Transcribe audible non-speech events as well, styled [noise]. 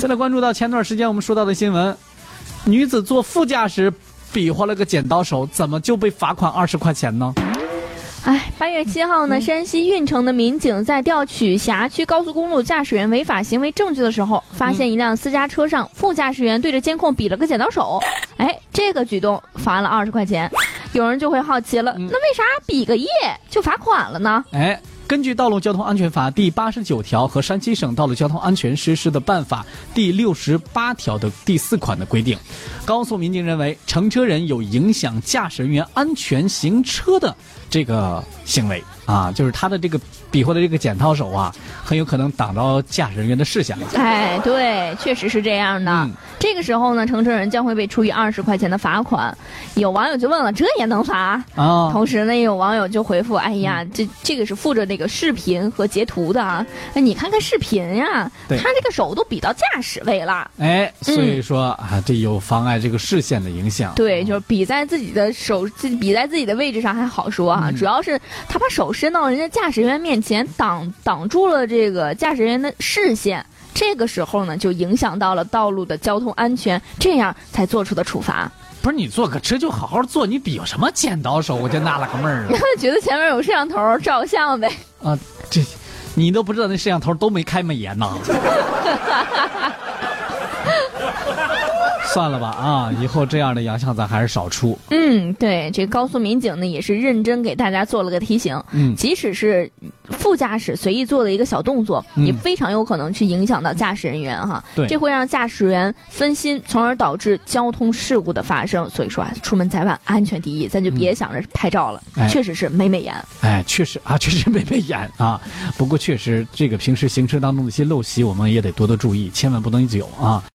再来关注到前段时间我们说到的新闻，女子坐副驾驶比划了个剪刀手，怎么就被罚款二十块钱呢？哎，八月七号呢，山西运城的民警在调取辖区高速公路驾驶员违法行为证据的时候，发现一辆私家车上副驾驶员对着监控比了个剪刀手。哎，这个举动罚了二十块钱。有人就会好奇了，那为啥比个耶就罚款了呢？哎，根据《道路交通安全法》第八十九条和山西省《道路交通安全实施的办法》第六十八条的第四款的规定，高速民警认为乘车人有影响驾驶人员安全行车的这个行为啊，就是他的这个比划的这个剪刀手啊，很有可能挡到驾驶人员的视线了。哎，对，确实是这样的。嗯这个时候呢，乘车人将会被处以二十块钱的罚款。有网友就问了，这也能罚？啊，同时呢，有网友就回复：“哎呀，这这个是附着那个视频和截图的啊，哎，你看看视频呀、对他这个手都比到驾驶位了，哎，所以说、啊，这有妨碍这个视线的影响。嗯啊对，就是比在自己的手，自己比在自己的位置上还好说啊，主要是他把手伸到人家驾驶员面前，挡挡住了这个驾驶员的视线。”这个时候呢，就影响到了道路的交通安全，这样才做出的处罚。 [laughs] 不是你坐个车就好好坐，你比划什么剪刀手？我就纳了个闷儿 [laughs] 了。觉得前面有摄像头照相呗。啊，这你都不知道那摄像头都没开美颜呐。算了吧啊，以后这样的洋相咱还是少出。嗯，对，这高速民警呢也是认真给大家做了个提醒。嗯即使是副驾驶随意做的一个小动作，嗯也非常有可能去影响到驾驶人员哈。对这会让驾驶员分心，从而导致交通事故的发生。所以说啊，出门在外安全第一，咱就别想着拍照了，嗯哎确实是美美颜。哎，确实啊，确实没被演啊。不过确实，这个平时行车当中的一些陋习，我们也得多多注意，千万不能有啊。